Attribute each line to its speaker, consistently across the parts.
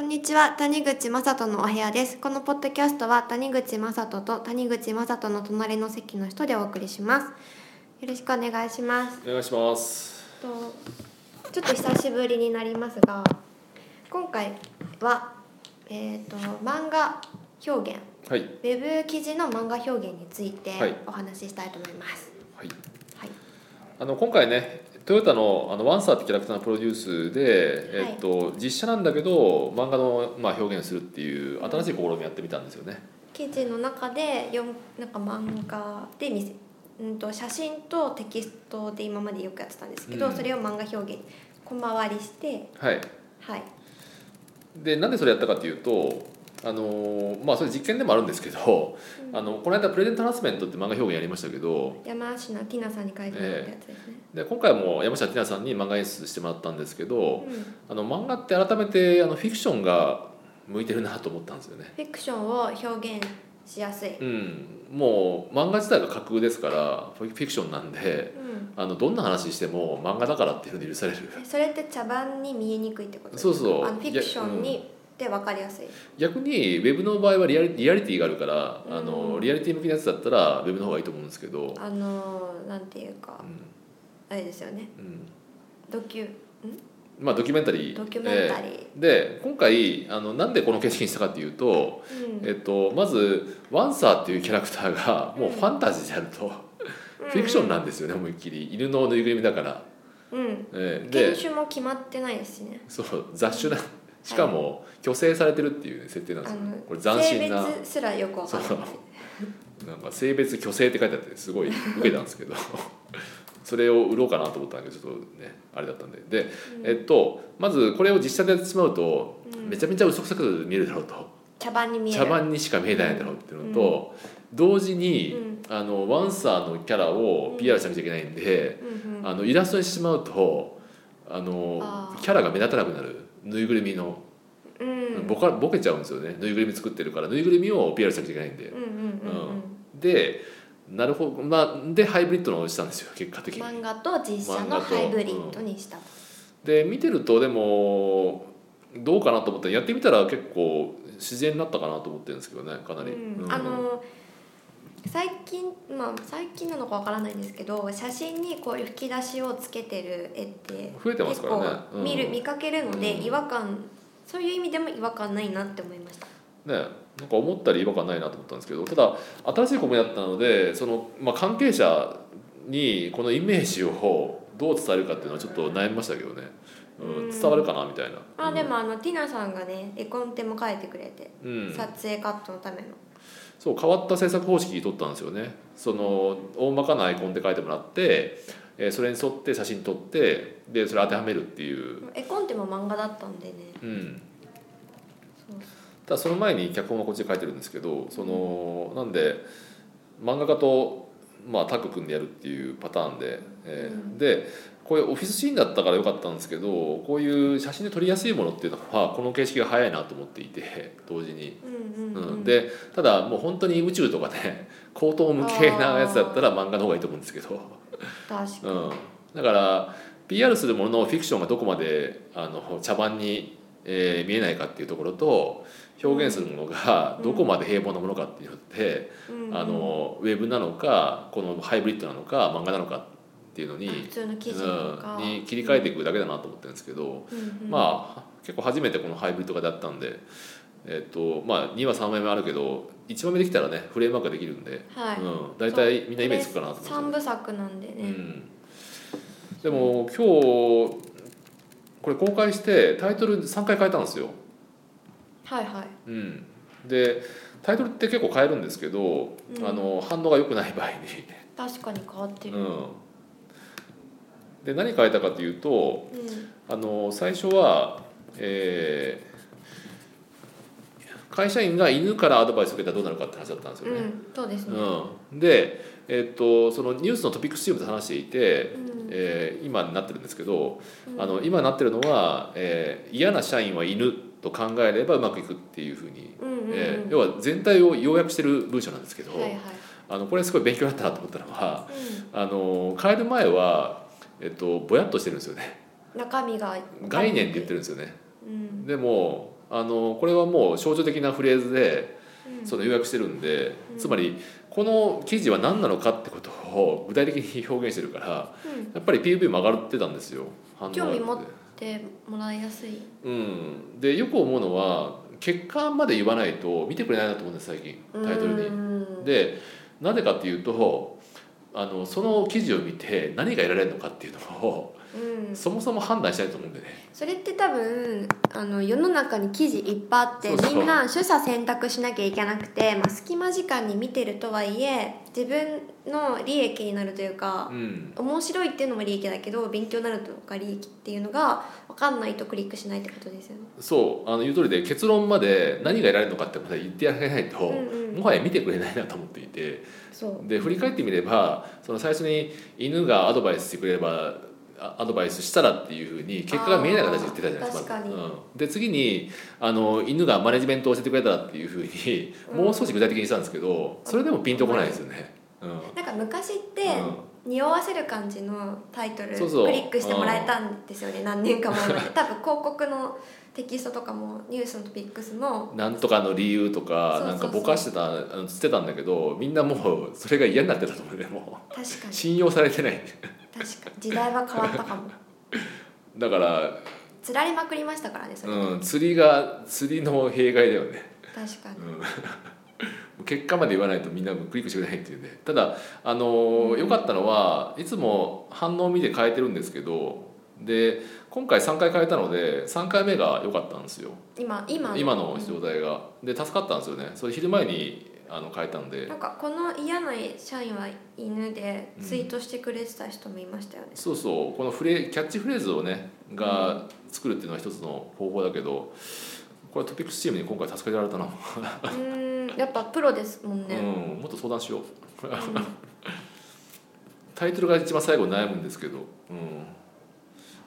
Speaker 1: んにちは谷口雅人のお部屋ですこのポッドキャストは谷口雅人と谷口雅人の隣の席の人でお送りしますよろしくお願いします
Speaker 2: お願いします
Speaker 1: とちょっと久しぶりになりますが今回はえっ、と漫画表現
Speaker 2: はい
Speaker 1: ウェブ記事の漫画表現について
Speaker 2: はい
Speaker 1: お話ししたいと思います
Speaker 2: はい
Speaker 1: はい
Speaker 2: あの今回ねトヨタのあのワンサーってキャラクターのプロデュースで、
Speaker 1: はい
Speaker 2: えっと、実写なんだけど漫画の、まあ、表現するっていう新しい試みやってみたんですよね
Speaker 1: 記事の中で読むなんか漫画で見せうんと写真とテキストで今までよくやってたんですけど、
Speaker 2: うん
Speaker 1: それを漫画表現小回りして
Speaker 2: はい
Speaker 1: はい
Speaker 2: でなんでそれやったかっていうとあのーまあそれ実験でもあるんですけど、
Speaker 1: うん
Speaker 2: あのこの間プレゼントハラスメントって漫画表現やりましたけど
Speaker 1: 山梨のティナさんに書いてもらったやつですね、
Speaker 2: で今回も山下ティナさんに漫画演出してもらったんですけど
Speaker 1: うん、フ
Speaker 2: あの漫画って改めてあのフィクションが向いてるなと思ったんですよね
Speaker 1: ィクションを表現しやすい、
Speaker 2: うん、もう漫画自体が架空ですからフィフィクションなんで
Speaker 1: う
Speaker 2: あのどんな話しても漫画だからっていうふうに許される
Speaker 1: ん、それって茶番に見えにくいってことです
Speaker 2: そうそう
Speaker 1: あのフィクションにで分かりやすい、
Speaker 2: 逆にウェブの場合はリアリリアリティがあるからあ
Speaker 1: う
Speaker 2: の
Speaker 1: ん
Speaker 2: リアリティ向きのやつだったらウェブの方がいいと思うんですけど、
Speaker 1: あのーなんていうか
Speaker 2: う
Speaker 1: あれですよね
Speaker 2: んうん
Speaker 1: ドキュ
Speaker 2: まあドキュメンタリー
Speaker 1: ドキュメンタリー、
Speaker 2: ええで今回あのなんでこの形式にしたかっていうと、
Speaker 1: うん
Speaker 2: えっと、まずワンサーっていうキャラクターがもうファンタジーであると、フィクションなんですよね思いっきり犬のぬいぐるみだから。
Speaker 1: うん
Speaker 2: ええで
Speaker 1: 研修も決まってないですしね
Speaker 2: そう雑種なしかも虚勢されてるっていうね設定なんですよ、ねこれ斬新な
Speaker 1: 性別すらよくわかんないです
Speaker 2: なんか性別虚勢って書いてあってすごい受けたんです けどそれを売ろうかなと思ったんだけどちょっとねあれだったんでで、
Speaker 1: うん
Speaker 2: えっとまずこれを実写でやってしまうと、
Speaker 1: うん
Speaker 2: めちゃめちゃ嘘くさく見えるだろうと
Speaker 1: 茶番に見える
Speaker 2: 茶番にしか見えないだろうっていうのと、同時に、
Speaker 1: うん
Speaker 2: あのワンサーのキャラを PR しなくちゃいけないんで、
Speaker 1: うんうん
Speaker 2: あのイラストにしてしまうとあの
Speaker 1: あー
Speaker 2: キャラが目立たなくなるぬいぐるみの
Speaker 1: うん
Speaker 2: ボカボケちゃうんですよねぬいぐるみ作ってるからぬいぐるみを PR しなきゃいけないんで
Speaker 1: うんうんうんうん
Speaker 2: でなるほど、まあ、でハイブリッドのをしたんですよ結果的に
Speaker 1: 漫画と実写のハイブリッドにした
Speaker 2: で見てるとでもどうかなと思ってやってみたら結構自然になったかなと思ってるんですけどねかなり、
Speaker 1: うん
Speaker 2: うん
Speaker 1: あの最近まあ最近なのかわからないんですけど写真にこういう吹き出しをつけてる絵って
Speaker 2: 増えてますからね
Speaker 1: 結構見る、
Speaker 2: うん
Speaker 1: 見かけるので
Speaker 2: うん
Speaker 1: 違和感そういう意味でも違和感ないなって思いました
Speaker 2: ねなんか思ったり違和感ないなと思ったんですけどただ新しいコメだったのでその、まあ、関係者にこのイメージをどう伝えるかっていうのはちょっと悩みましたけどね、う
Speaker 1: うん
Speaker 2: ん、伝わるかなみたいな
Speaker 1: あでもあのティナさんがね絵コンテも書いてくれて
Speaker 2: うん、
Speaker 1: 撮影カットのための
Speaker 2: そう変わった制作方式取ったんですよねその大まかなアイコンで書いてもらって、えーそれに沿って写真撮ってでそれ当てはめるっていう、
Speaker 1: 絵コンテも漫画だったんでね
Speaker 2: うん、
Speaker 1: そう
Speaker 2: ただその前に脚本はこっちで書いてるんですけどそのなんで漫画家と、まあ、タッグ組んでやるっていうパターンで、えーでこういうオフィスシーンだったから良かったんですけどこういう写真で撮りやすいものっていうのはこの形式が早いなと思っていて同時に。
Speaker 1: うんうん、う
Speaker 2: うんん、でただもう本当に宇宙とかね 高等無形なやつだったら漫画の方がいいと思うんですけど、
Speaker 1: 確か
Speaker 2: うん、だから PR するもののフィクションがどこまであの茶番に、えー見えないかっていうところと表現するものが
Speaker 1: うん
Speaker 2: どこまで平凡なものかっていうのって、
Speaker 1: に、うんうん
Speaker 2: あのウェブなのかこのハイブリッドなのか漫画なのかっていうの
Speaker 1: あ普
Speaker 2: に,、
Speaker 1: 通の記事とか、
Speaker 2: うん、に切り替えていくだけだなと思ってるんですけど、
Speaker 1: うんうん、
Speaker 2: まあ結構初めてこのハイブリッドがだったんで、えっとまあ、2話3話目あるけど1話目できたらねフレームワークができるんで、
Speaker 1: はい、
Speaker 2: うん、大体みんなイメージつくかなと思
Speaker 1: 三
Speaker 2: って、
Speaker 1: 部作なんで
Speaker 2: う
Speaker 1: ね、
Speaker 2: ん、でも今日これ公開してタイトル3回変えたんですよ、
Speaker 1: はいはい
Speaker 2: うん、でタイトルって結構変えるんですけど、
Speaker 1: うん
Speaker 2: あの反応が良くない場合に
Speaker 1: 確かに変わってる、
Speaker 2: うん、で何変えたかというと
Speaker 1: うん
Speaker 2: あの最初は、えー会社員が犬からアドバイスを受けたらどうなるかって話だったんですよ
Speaker 1: う
Speaker 2: ね。
Speaker 1: ん、そうですね、
Speaker 2: うん、で、えっとそのニュースのトピックスチームで話していて、
Speaker 1: うん
Speaker 2: えー今になってるんですけど、
Speaker 1: うん
Speaker 2: あの今になってるのは、えー嫌な社員は犬と考えればうまくいくっていうふうに、
Speaker 1: うんうんうん
Speaker 2: えー要は全体を要約してる文章なんですけど、
Speaker 1: はいはい、
Speaker 2: あのこれすごい勉強になったなと思ったのは
Speaker 1: う
Speaker 2: あの変える前は、えっとぼやっとしてるんですよね
Speaker 1: ん、中身が
Speaker 2: 概念で言ってるんですよね。
Speaker 1: うん
Speaker 2: でもあのこれはもう象徴的なフレーズで
Speaker 1: うん
Speaker 2: その要約してるんで、
Speaker 1: うん
Speaker 2: つまりこの記事は何なのかってことを具体的に表現してるから
Speaker 1: うん
Speaker 2: やっぱり PV も上がってたんですよ反応が
Speaker 1: 興味持ってもらいやすい
Speaker 2: うん、でよく思うのは結果まで言わないと見てくれないなと思うんです最近タイトルに。
Speaker 1: に
Speaker 2: でなぜかっていうとあのその記事を見て何が得られるのかっていうのを、
Speaker 1: うん、
Speaker 2: そもそも判断したいと思うんでね
Speaker 1: それって多分あの世の中に記事いっぱいあって
Speaker 2: そうそう
Speaker 1: みんな取捨選択しなきゃいけなくて、まあ、隙間時間に見てるとはいえ自分の利益になるというか
Speaker 2: う、ん
Speaker 1: 面白いっていうのも利益だけど勉強になるとか利益っていうのが分かんないとクリックしないってことですよね。
Speaker 2: そうあの言う通りで結論まで何が得られるのかってまで言ってあげないと、
Speaker 1: うんうん
Speaker 2: もはや見てくれないなと思っていて
Speaker 1: そう
Speaker 2: で振り返ってみればその最初に犬がアドバイスしてくれればあアドバイスしたらっていうふうに結果が見えない形で言ってたじゃないですか
Speaker 1: あー確かに
Speaker 2: うん、で次にあの犬がマネジメントを教えてくれたらっていうふうに
Speaker 1: うん
Speaker 2: もう少し具体的にしたんですけど、それでもピンとこないですよね。うん
Speaker 1: なんか昔って、
Speaker 2: うん
Speaker 1: 匂わせる感じのタイトル
Speaker 2: そうそう
Speaker 1: クリックしてもらえたんですよね何年か 前まで多分広告のテキストとかもニュースのトピックスの
Speaker 2: なんとかの理由とか
Speaker 1: そう
Speaker 2: な
Speaker 1: そうんそ
Speaker 2: か
Speaker 1: う
Speaker 2: ぼかしてたあのつってたんだけどみんなもうそれが嫌になってたと思うねも
Speaker 1: 確か
Speaker 2: う
Speaker 1: に
Speaker 2: 信用されてない
Speaker 1: 確かに時代は変わったかも
Speaker 2: だから、
Speaker 1: 釣られまくりましたからねそれ、
Speaker 2: うん、釣りが釣りの弊害だよね
Speaker 1: 確かに
Speaker 2: うん結果まで言わないとみんなもクリックしてくれないっていうねただあの良かったのはいつも反応を見て変えてるんですけどで今回3回変えたので3回目が良かったんですよ
Speaker 1: 今今
Speaker 2: 今の状態がで助かったんですよねそれ昼前にあの変えたんで
Speaker 1: なんかこの嫌な社員は犬で
Speaker 2: うん
Speaker 1: ツイートしてくれてた人もいましたよね、
Speaker 2: そうそうこのフレキャッチフレーズをねが作るっていうのは一つの方法だけどこれトピックスチームに今回助けられたな、
Speaker 1: うーんやっぱプロですもん
Speaker 2: う
Speaker 1: ね、
Speaker 2: んもっと相談しよ
Speaker 1: う
Speaker 2: う
Speaker 1: ん
Speaker 2: タイトルが一番最後悩むんですけど、うん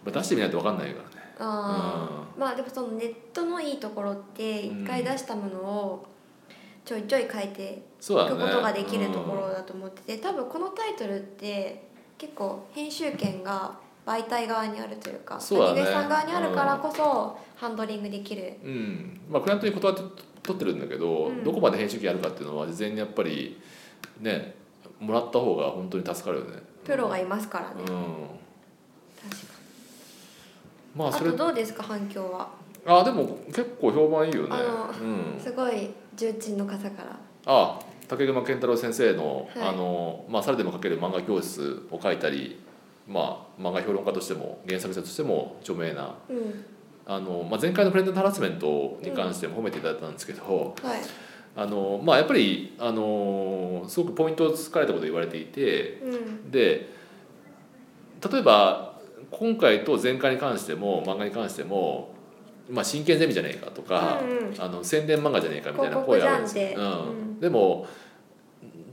Speaker 2: まあ、出してみないと分かんないからね
Speaker 1: あーまあでもそのネットのいいところって一回出したものをちょいちょい変えて
Speaker 2: そうだ
Speaker 1: 行
Speaker 2: ね
Speaker 1: くことができるところだと思ってて、多分このタイトルって結構編集権が媒体側にあるというか
Speaker 2: そうだね
Speaker 1: 谷口さん側にあるからこそハンドリングできる、
Speaker 2: うん、うんまあクライアントに断って取ってるんだけど、
Speaker 1: うん
Speaker 2: どこまで編集機やるかっていうのは事前にやっぱりねもらった方が本当に助かるよね
Speaker 1: プロがいますからね、
Speaker 2: うん
Speaker 1: 確か
Speaker 2: まあ
Speaker 1: あ
Speaker 2: それ
Speaker 1: とどうですか反響は、
Speaker 2: あでも結構評判いいよね
Speaker 1: あ
Speaker 2: うん、
Speaker 1: すごい重鎮の方から
Speaker 2: あ竹熊健太郎先生の「
Speaker 1: はい
Speaker 2: あのまあ、猿でも描ける漫画教室」を書いたり、まあ、漫画評論家としても原作者としても著名な
Speaker 1: うん
Speaker 2: あの、まあ、前回のフレンドのハラスメントに関しても褒めていただいたんですけど、
Speaker 1: はい
Speaker 2: あのまあ、やっぱりあのすごくポイントをつかれたことを言われていて
Speaker 1: うん
Speaker 2: で例えば今回と前回に関しても漫画に関しても、まあ、真剣ゼミじゃねえかとか、
Speaker 1: うんうん
Speaker 2: あの宣伝漫画じゃねえかみたいな
Speaker 1: 広告
Speaker 2: 声
Speaker 1: じ
Speaker 2: があ
Speaker 1: ゃん
Speaker 2: るんで
Speaker 1: っ
Speaker 2: すよ
Speaker 1: て、
Speaker 2: うん、でも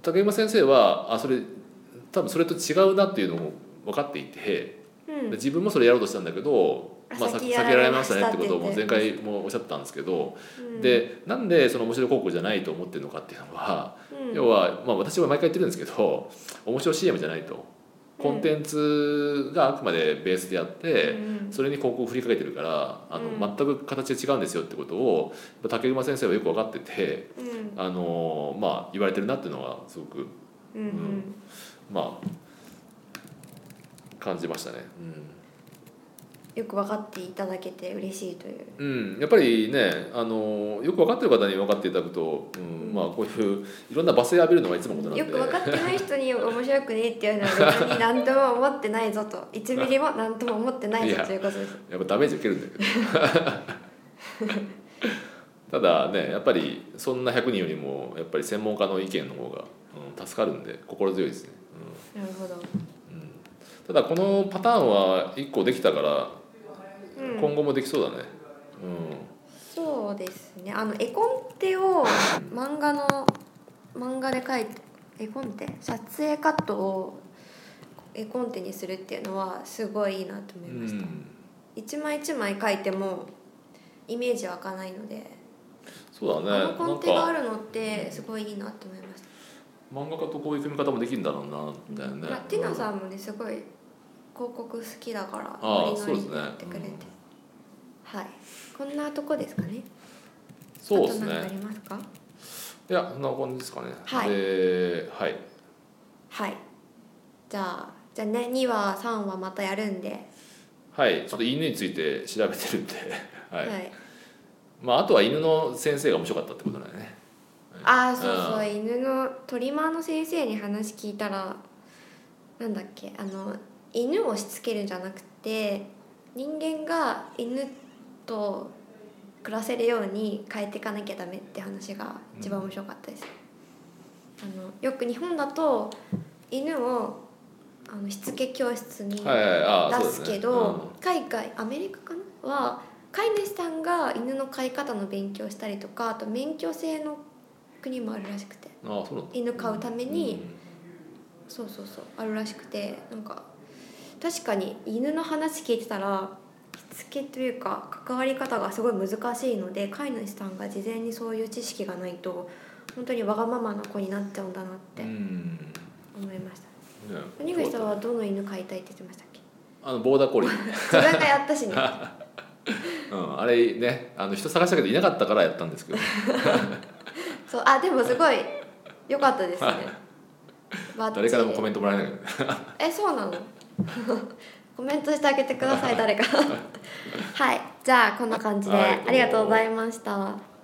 Speaker 2: 竹山先生はあそれ多分それと違うなっていうのも分かっていて、
Speaker 1: うんうん
Speaker 2: 自分もそれやろうとしたんだけど、まあ、
Speaker 1: 先
Speaker 2: 避
Speaker 1: やら
Speaker 2: けら
Speaker 1: れ
Speaker 2: れ
Speaker 1: ま
Speaker 2: ま
Speaker 1: し
Speaker 2: したたねってことをも
Speaker 1: っ
Speaker 2: う
Speaker 1: て言
Speaker 2: 前
Speaker 1: って
Speaker 2: 回もおっしゃったんですけど、
Speaker 1: うん
Speaker 2: でなんでその面白高校じゃないと思ってるのかっていうのは、
Speaker 1: うん
Speaker 2: 要は、まあ、私も毎回言ってるんですけど面白 CM じゃないとコンテンツがあくまでベースであって、
Speaker 1: うん
Speaker 2: それに広告を振りかけてるからあの、
Speaker 1: うん
Speaker 2: 全く形が違うんですよってことを竹熊先生はよく分かってて。
Speaker 1: うん
Speaker 2: あのーまあ言われてるなっていうのがすごく
Speaker 1: うんうん
Speaker 2: まあ感じましたね。
Speaker 1: よく分かっていただけて嬉しいという
Speaker 2: うん、うん、やっぱりねあのーよく分かってる方に分かっていただくと、うん、まあこういういろんな罵声浴びるのがいつものことな
Speaker 1: よ
Speaker 2: ん
Speaker 1: く
Speaker 2: で。
Speaker 1: 分かってない人に面白くねえっていうのは別に何とも思ってないぞ と1ミリも何とも思ってない
Speaker 2: い
Speaker 1: ぞ
Speaker 2: や
Speaker 1: ということです
Speaker 2: やっぱダメージ受けるんだけど ただねやっぱりそんな100人よりもやっぱり専門家の意見の方が、うん、助かるんで心強いですね、
Speaker 1: なるほど、
Speaker 2: うん、ただこのパターンは1個できたから、
Speaker 1: うん、
Speaker 2: 今後もできそうだねうん
Speaker 1: そうですねあの絵コンテを漫画の漫画で描いて絵コンテ撮影カットを絵コンテにするっていうのはすごいいいなと思いました、
Speaker 2: うん
Speaker 1: 一枚一枚描いてもイメージ湧かないので、
Speaker 2: そうだね
Speaker 1: あのコンテが
Speaker 2: な
Speaker 1: あ
Speaker 2: んか
Speaker 1: るのってすごいいいなと思いました
Speaker 2: 漫画家とこういう組み方もできるんだろうなみたいなね、
Speaker 1: まあ、ティナさんもねすごい広告好きだから
Speaker 2: ああ
Speaker 1: ノリノリ
Speaker 2: そうですね
Speaker 1: やってくれて、はいこんなとこですかね
Speaker 2: そうです
Speaker 1: あと何かあ
Speaker 2: ね
Speaker 1: りますか
Speaker 2: いやそんな感じですかね
Speaker 1: はい
Speaker 2: ではい
Speaker 1: はいじゃあじゃあね2話3話またやるんで
Speaker 2: はいちょっと犬について調べてるん ではい、
Speaker 1: はい、
Speaker 2: まああとは犬の先生が面白かったってことだよね
Speaker 1: ああそうそう犬のトリマーの先生に話聞いたらなんだっけあの犬をしつけるんじゃなくて人間が犬と暮らせるように変えていかなきゃダメって話が一番面白かったです、あのよく日本だと犬をあのしつけ教室に
Speaker 2: はいはいああ
Speaker 1: 出
Speaker 2: そうですすね
Speaker 1: けど、海外アメリカかなは飼い主さんが犬の飼い方の勉強したりとかあと免許制の国もあるらしくて
Speaker 2: うんああそうなんだ
Speaker 1: 犬飼うために、そうそうそうあるらしくてなんか確かに犬の話聞いてたらしつけというか関わり方がすごい難しいので飼い主さんが事前にそういう知識がないと本当にわがままな子になっちゃうんだなっ
Speaker 2: う
Speaker 1: て
Speaker 2: んうん
Speaker 1: 思いました
Speaker 2: ね
Speaker 1: 谷口さんはどの犬飼いたいって言ってましたっ け
Speaker 2: あのボーダーコリー
Speaker 1: 自分がやったしね
Speaker 2: うん、あれねあの人探したけどいなかったからやったんですけど
Speaker 1: そうあでもすごい良かったですね。バッチリ
Speaker 2: 誰からもコメントもらえないけどね
Speaker 1: えそうなの？ コメントしてあげ てください誰か。はいじゃあこんな感じで、
Speaker 2: はいどうも
Speaker 1: ありがとうございました。